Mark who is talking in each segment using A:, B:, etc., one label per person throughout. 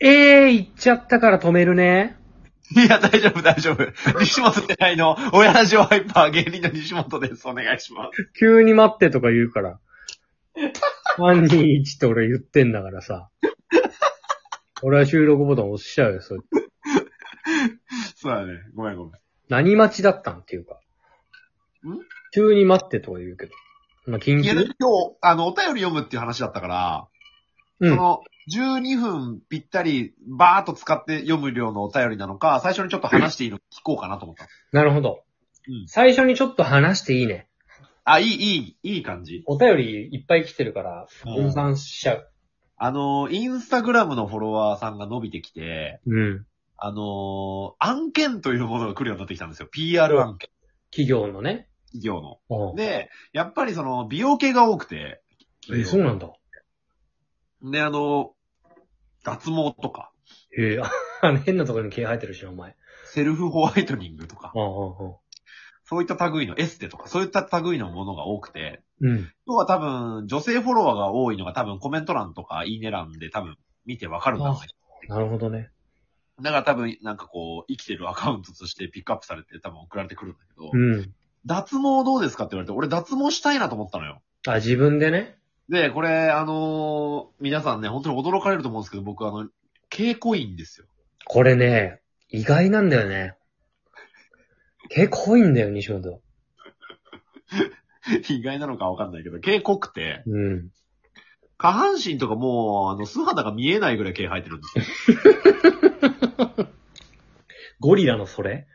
A: えー、行っちゃったから止めるね。
B: いや、大丈夫、大丈夫。 西本寺井の親ラジオハイパー芸人の西本です。お願いします。
A: 急に待ってとか言う から。3、2、1って俺言ってんだからさ。俺は収録ボタン押しちゃうよ、それ
B: そうだね。ごめん、ごめん。
A: 何待ちだったんっていうか。
B: ん
A: 急に待ってとか言うけど。まあ、緊
B: いや、
A: 急
B: 今日、あの、お便り読むっていう話だったから、
A: う
B: そ
A: ん。
B: の、12分ぴったり、バーっと使って読む量のお便りなのか、最初にちょっと話していいの聞こうかなと思った。
A: なるほど
B: うん。
A: 最初にちょっと話していいね。
B: あ、いい、いい、いい感じ。
A: お便りいっぱい来てるから、
B: うん
A: 分散しちゃう。
B: あの、インスタグラムのフォロワーさんが伸びてきて、
A: うん。
B: あの、案件というものが来るようになってきたんですよ。PR 案件、
A: 企業のね。
B: 企業の。
A: うん
B: で、やっぱりその、美容系が多くて、
A: え、そうなんだ。
B: で、あの、脱毛とか、
A: へえ、あの変なところに毛生えてるしな、お前。
B: セルフホワイトニングとか、
A: うんうん
B: そういった類のエステとか、そういった類のものが多くて、
A: うん。うん。
B: 今日は多分、女性フォロワーが多いのが多分コメント欄とかいいね欄で多分見てわかるんだろうね。
A: なるほどね。
B: だから多分、なんかこう、生きてるアカウントとしてピックアップされて多分送られてくるんだけど、
A: うん。
B: 脱毛どうですかって言われて、俺脱毛したいなと思ったのよ。
A: あ、自分でね。
B: で、これ、あのー皆さんね、本当に驚かれると思うんですけど、僕あの、稽古員ですよ。
A: これね、意外なんだよね。毛濃いんだよ、西本。
B: 意外なのかわかんないけど、毛濃くて、
A: うん。
B: 下半身とかもう、あの、素肌が見えないぐらい毛生えてるんですよ。
A: ゴリラのそれ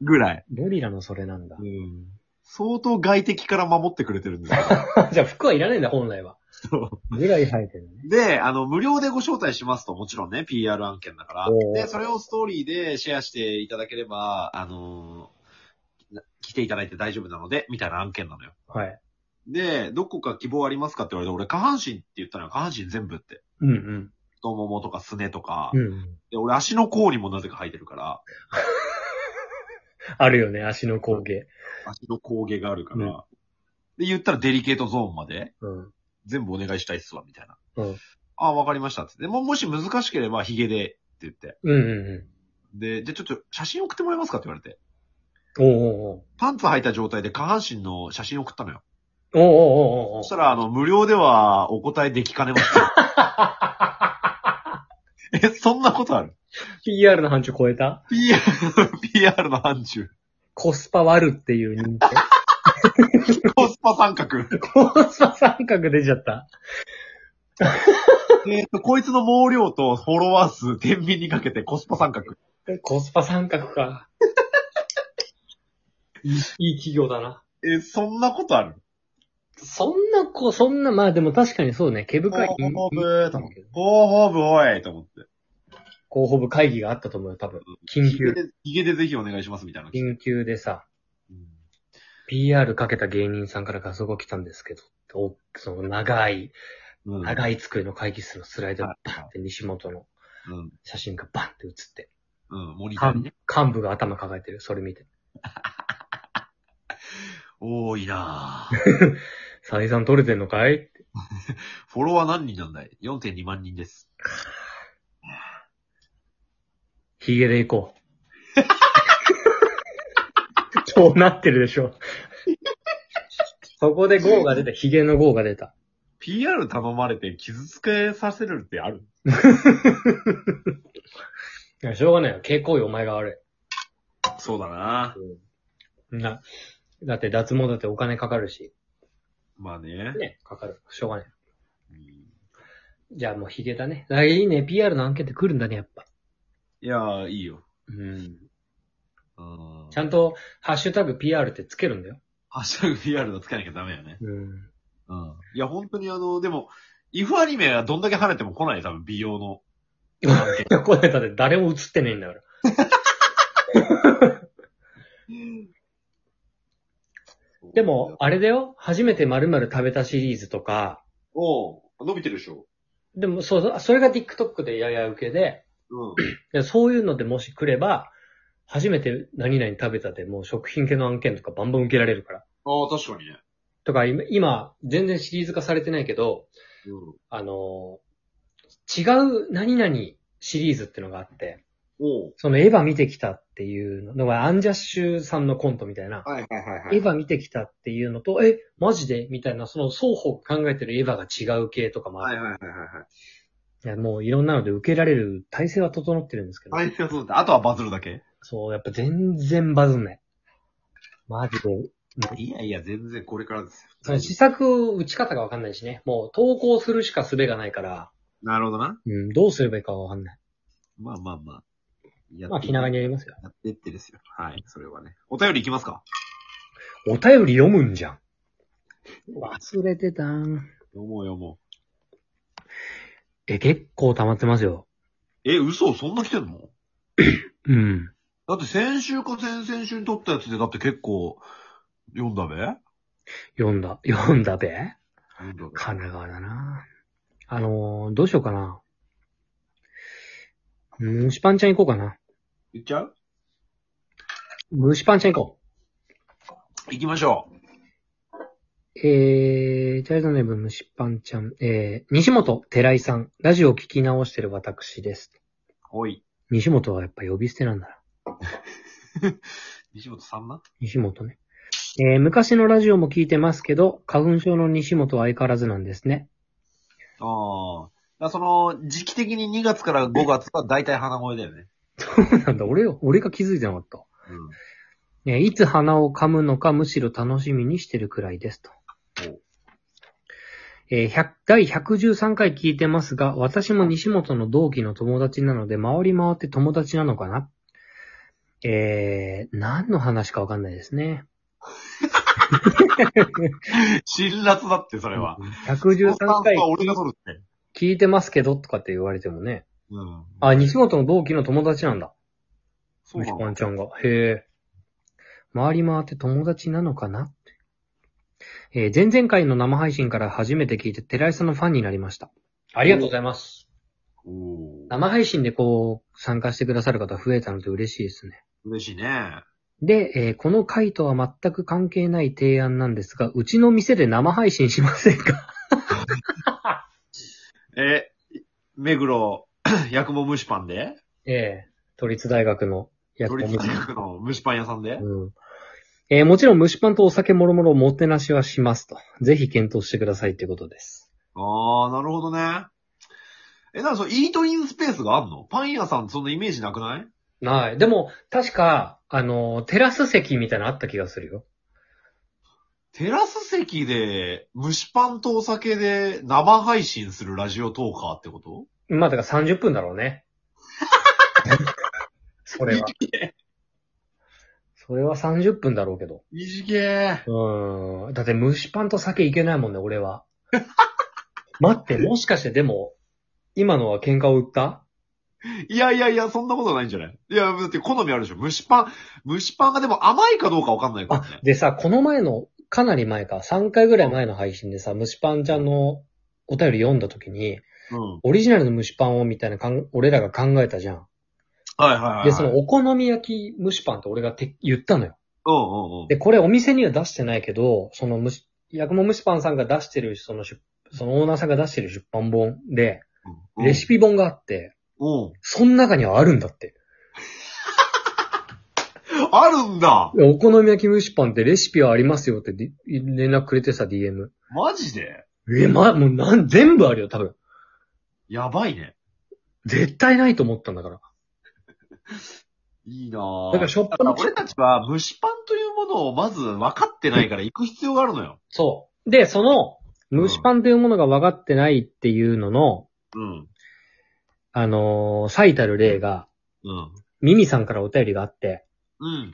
B: ぐらい。
A: ゴリラのそれなんだ
B: う。ん。相当外敵から守ってくれてるんですよ。
A: じゃあ服はいらないんだ、本来は。
B: そ
A: ぐらい生えてるね。
B: で、あの、無料でご招待しますと、もちろんね、PR 案件だから
A: お。ー
B: で、それをストーリーでシェアしていただければ、あのーな来ていただいて大丈夫なので、みたいな案件なのよ。
A: はい。
B: で、どこか希望ありますかって言われて、俺下半身って言ったのよ。下半身全部って。
A: うんうん。
B: 太ももとかすねとか。
A: うん。
B: で、俺足の甲にもなぜか生えてるから、
A: あるよね、足の光景。
B: 足の甲毛があるから。
A: うん
B: で、言ったらデリケートゾーンまで、
A: うん。
B: 全部お願いしたいっすわ、みたいな。
A: うん
B: ああ、わかりましたって。でも、もし難しければ、ヒゲで、って言って。
A: うんう
B: で、じゃあちょっと写真送ってもらえますかって言われて。
A: んうん。おうおうおう
B: パンツ履いた状態で下半身の写真送ったのよ。
A: おうおうおうおう
B: そしたら、あの、無料ではお答えできかねま せん。え、そんなことある
A: PR の範疇超えた
B: ?PR、PR の範疇。
A: コスパ割るっていう認定。
B: コスパ三角。
A: コスパ三角出ちゃった。
B: えっと、こいつの毛量とフォロワー数、天秤にかけてコスパ三角。
A: コスパ三角か。 いい、いい企業だな。
B: え、そんなことある
A: そんな子、そんな、まあでも確かにそうね、毛深い。
B: 広報部、と思って。広報部、おい、と思って。
A: 広報部会議があったと思うよ、多分。緊
B: ヒ
A: 急。
B: ゲで、ヒゲでぜひお願いします、みたいな。
A: 緊急でさ、
B: うん
A: PR かけた芸人さんから画像が来たんですけど、おその長い、
B: うん。い。
A: 長い机の会議室のスライド
B: は
A: バ
B: い
A: ンって西本の
B: うん。
A: 写真がバンって写って、
B: うん。モニターに
A: 幹
B: ね。
A: 幹部が頭抱えてる、それ見て。
B: 多いなぁ。
A: 採算取れてんのかい
B: フォロワー何人なんだい ?4.2 万人です。
A: ヒゲで行こう。 そうなってるでしょ。そこで GO が出た、ヒゲの GO が出た。
B: PR 頼まれて傷つけさせるってある
A: いや、しょうがないよ。傾向よ、お前が悪。
B: そうだない
A: うん。な、だって脱毛だってお金かかるし。
B: まあね。
A: ね、かかる。しょうがない。
B: うん
A: じゃあもうヒゲだね。あ、いいね。PR の案件って来るんだね、やっぱ。
B: いやー、いいよ。
A: うん。
B: うん。
A: ちゃん
B: と。
A: と、ハッシュタグ PR ってつけるんだよ。
B: ハッシュタグ PR のつけなきゃダメよね。
A: うん。
B: うん。いや、本当にあの、でも、イフアニメはどんだけ跳ねても来ないよ、多分、美容の。
A: これだって誰も映ってねえんだから。でも、、あれだよ。初めて〇〇食べたシリーズとか、
B: おう伸びてるでしょ。
A: でも、そうそう、それが TikTok でやや受けで、
B: うん。
A: でそういうのでもし来れば、初めて何々食べたでもう食品系の案件とかバンバン受けられるから。
B: ああ、確かにね。
A: とか、今、今全然シリーズ化されてないけど、
B: うん。
A: あのー違う何々シリーズってのがあって、
B: おう
A: そのエヴァ見てきたっていうのが、アンジャッシュさんのコントみたいな、
B: はいはいはいはい。
A: エヴァ見てきたっていうのと、え、マジでみたいな、その双方考えてるエヴァが違う系とかもあ
B: はい
A: る。
B: はいはいはい
A: いやもういろんなので受けられる体制は整ってるんですけど、
B: はい。はい、そうだ。あとはバズるだけ
A: そう、やっぱ全然バズんない。マジで。
B: いやいや、全然これからです
A: その試作打ち方がわかんないしね。もう投稿するしか術がないから、
B: なるほどな。
A: うん、どうすればいいかわかんない。
B: まあまあまあ。や
A: まあ
B: って
A: 気長にやりますよ。
B: やってってですよ。はい、それはね。お便りいきますか
A: お便り読むんじゃん。忘れてたん。
B: 読もう読も
A: え、結構溜まってますよ。
B: う。え、嘘そんな来てんの
A: うん。
B: だって先週か先々週に撮ったやつで、だって結構、読んだべ
A: 読んだ、読んだべ
B: 読んだべ
A: 神奈川だな。あのー、どうしようかな。虫パンちゃん行こうかな。
B: 言っちゃう
A: 虫パンちゃん行こ
B: 行きましょう。
A: う。えー、チャイルドネーム虫パンちゃん。えー、西本寺井さん。ラジオ聞き直してる私です。
B: おい。
A: 西本はやっぱ呼び捨てなんだな。
B: 西本さんな
A: 西本ね。えー昔のラジオも聞いてますけど、花粉症の西本は相変わらずなんですね。
B: ああ。だからその、時期的に2月から5月は大体鼻声だよね。
A: そうなんだ、俺よ、俺が気づいてなかった。えーいつ花を噛むのかむしろ楽しみにしてるくらいですと。えー100第113回聞いてますが、私も西本の同期の友達なので、回り回って友達なのかなえー、何の話かわかんないですね。
B: うん。 辛辣だって、それは。
A: 113回
B: は俺が撮るって。
A: 聞いてますけどとかって言われてもね。
B: うん。
A: あ、西本の同期の友達なんだ。
B: そう
A: 虫
B: な
A: パ
B: の
A: ンちゃんが。へえ。回り回って友達なのかなえー前々回の生配信から初めて聞いて、寺井さんのファンになりました。ありがとうございます。
B: おー
A: 生配信でこう、参加してくださる方増えたので嬉しいですね。
B: 嬉しいね。
A: で、えーこの回とは全く関係ない提案なんですが、うちの店で生配信しませんか
B: え、目黒、 薬も蒸しパンで
A: ええ都立大学の
B: 都
A: 役
B: 立
A: も
B: 大。学の蒸しパン屋さんで
A: うん。えーもちろん蒸しパンとお酒もろもろおもてなしはしますと。ぜひ検討してくださいってことです。
B: ああ、なるほどね。え、なんかそう、イートインスペースがあんのパン屋さん、そんなイメージなくない
A: ない。でも、確か、あの、テラス席みたいなのあった気がするよ。
B: テラス席で、蒸しパンとお酒で生配信するラジオトーカーってこと
A: まあ、だから30分だろうね。 それは。それは30分だろうけど。
B: 短え。
A: うーん。だって蒸しパンと酒いけないもんね、俺は。 待って、もしかしてでも、今のは喧嘩を売った
B: いやいやいや、そんなことないんじゃないいや、だって好みあるでしょ。蒸しパン、蒸しパンがでも甘いかどうかわかんないからね。
A: でさ、この前の、かなり前か、3回ぐらい前の配信でさ、蒸しパンちゃんのお便り読んだ時に、
B: うん。
A: オリジナルの蒸しパンをみたいなかん、俺らが考えたじゃん。
B: はいはいはい。
A: で、そのお好み焼き蒸しパンって俺がて言ったのよ。
B: うんうんうん。
A: で、これお店には出してないけど、その蒸し、薬も蒸しパンさんが出してる、その出、そのオーナーさんが出してる出版本で、
B: うん
A: レシピ本があって、
B: うん。
A: その中にはあるんだって。
B: あるんだ
A: お好み焼き蒸しパンってレシピはありますよってで連絡くれてさ、DM。
B: マジで
A: え、ま、もうなん、全部あるよ、多分。
B: やばいね。
A: 絶対ないと思ったんだから。
B: いいなぁ。
A: だからしょっぱな
B: 俺たちは蒸しパンというものをまず分かってないから行く必要があるのよ。
A: そう。で、その、蒸しパンというものが分かってないっていうのの、
B: うん。
A: あのー最たる例が、
B: うん。
A: ミミさんからお便りがあって、
B: うん。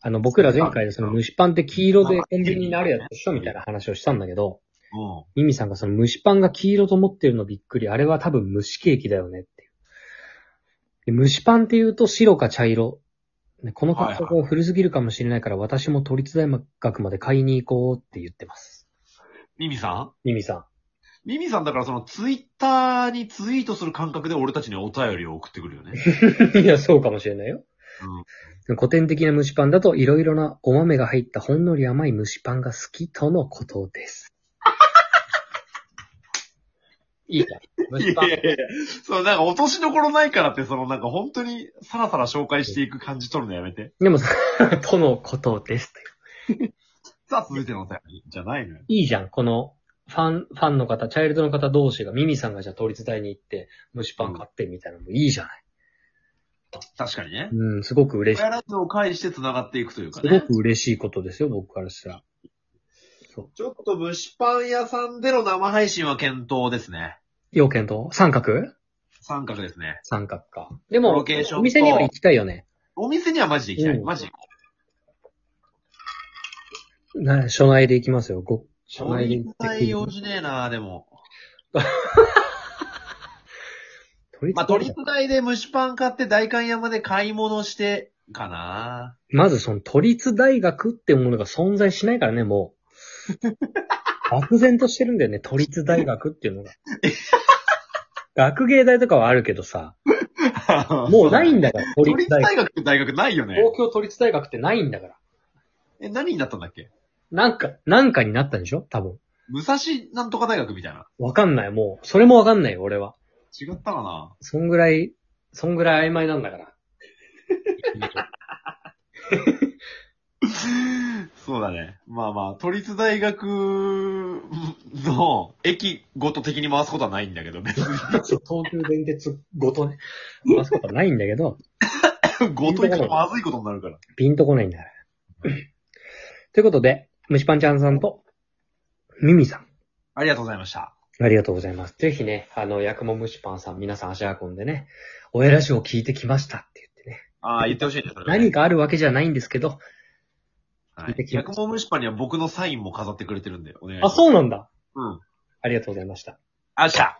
A: あの、僕ら前回でその蒸しパンって黄色でコンビニにあるやつでしょみたいな話をしたんだけど、
B: うん。
A: ミミさんがその蒸しパンが黄色と思ってるのびっくり。あれは多分蒸しケーキだよねっていう。で蒸しパンって言うと白か茶色。ねこの感覚が古すぎるかもしれないから私も都立大学まで買いに行こうって言ってます。
B: ミミさん
A: ミミさ
B: ミミさんだからそのツイッターにツイートする感覚で俺たちにお便りを送ってくるよね。
A: ん。 いや、そうかもしれないよ。古典的な蒸しパンだと色々なお豆が入ったほんのり甘い蒸しパンが好きとのことです。いいから。
B: いや
A: 虫
B: い
A: パン。
B: やいや、そう、なんか落としどころないからって、そのなんか本当にさらさら紹介していく感じ取るのやめて。
A: でも、とのことです。
B: さあ、続いてのお便りじゃないのよ。
A: いいじゃん、この、ファン、ファンの方、チャイルドの方同士が、ミミさんがじゃあ都立大に行って、虫パン買ってみたいなのもいいじゃない。
B: 確かにね。
A: うん、すごく嬉しい
B: 親。ラジオを介して繋がっていくというか
A: すご
B: ね。
A: く嬉しいことですよ、僕からしたら。そう。
B: ちょっと蒸しパン屋さんでの生配信は検討ですね。
A: 要件と三角
B: 三角ですね。
A: 三角か。で
B: ロ
A: も
B: ケーション、と
A: お店には行きたいよね。
B: お店にはマジで行きたい。
A: うん
B: マジで。
A: な、署内で行きますよ。ご、署内で行っ
B: な
A: て
B: い用事ねえな、でも。
A: 都立
B: まあ、
A: 大
B: 取り使いで蒸しパン買って代官山で買い物して、かな
A: まずその都立大学ってものが存在しないからね、も う。漠然としてるんだよね、都立大学っていうの が。学芸大とかはあるけどさ、もうないん
B: だ。
A: だから、都
B: 都
A: 立
B: 立
A: 大学。
B: 大学って大学ないよね。
A: 東京都立大学ってないんだから。
B: え、何になったんだっけ
A: なんか、なんかになったんでしょ多分。
B: 武蔵なんとか大学みたいな。
A: わかんない、もう。それもわかんないよ、俺は。
B: 違ったかな
A: そんぐらい、そんぐらい曖昧なんだから。
B: そうだね。まあまあ、都立大学の駅ごと的に回すことはないんだけど、別に。
A: そう東急電鉄ごとね、回すことはないんだけど、
B: ごと行くとまずいことになるから。
A: ピンとこないんだから。 ということで、虫パンちゃんさんと、ミミさん、
B: ありがとうございました。
A: ありがとうございます。ぜひね、あの、薬も虫パンさん、皆さん足運んでね、親ラジオを聞いてきましたって言ってね、
B: ああ、言ってほしいね、それはね。
A: 何かあるわけじゃないんですけど、
B: はい。薬物虫パンには僕のサインも飾ってくれてるんで、お願いしま
A: あ、
B: す。
A: そうなんだ。
B: ううん。
A: ありがとうございました。
B: あっしゃ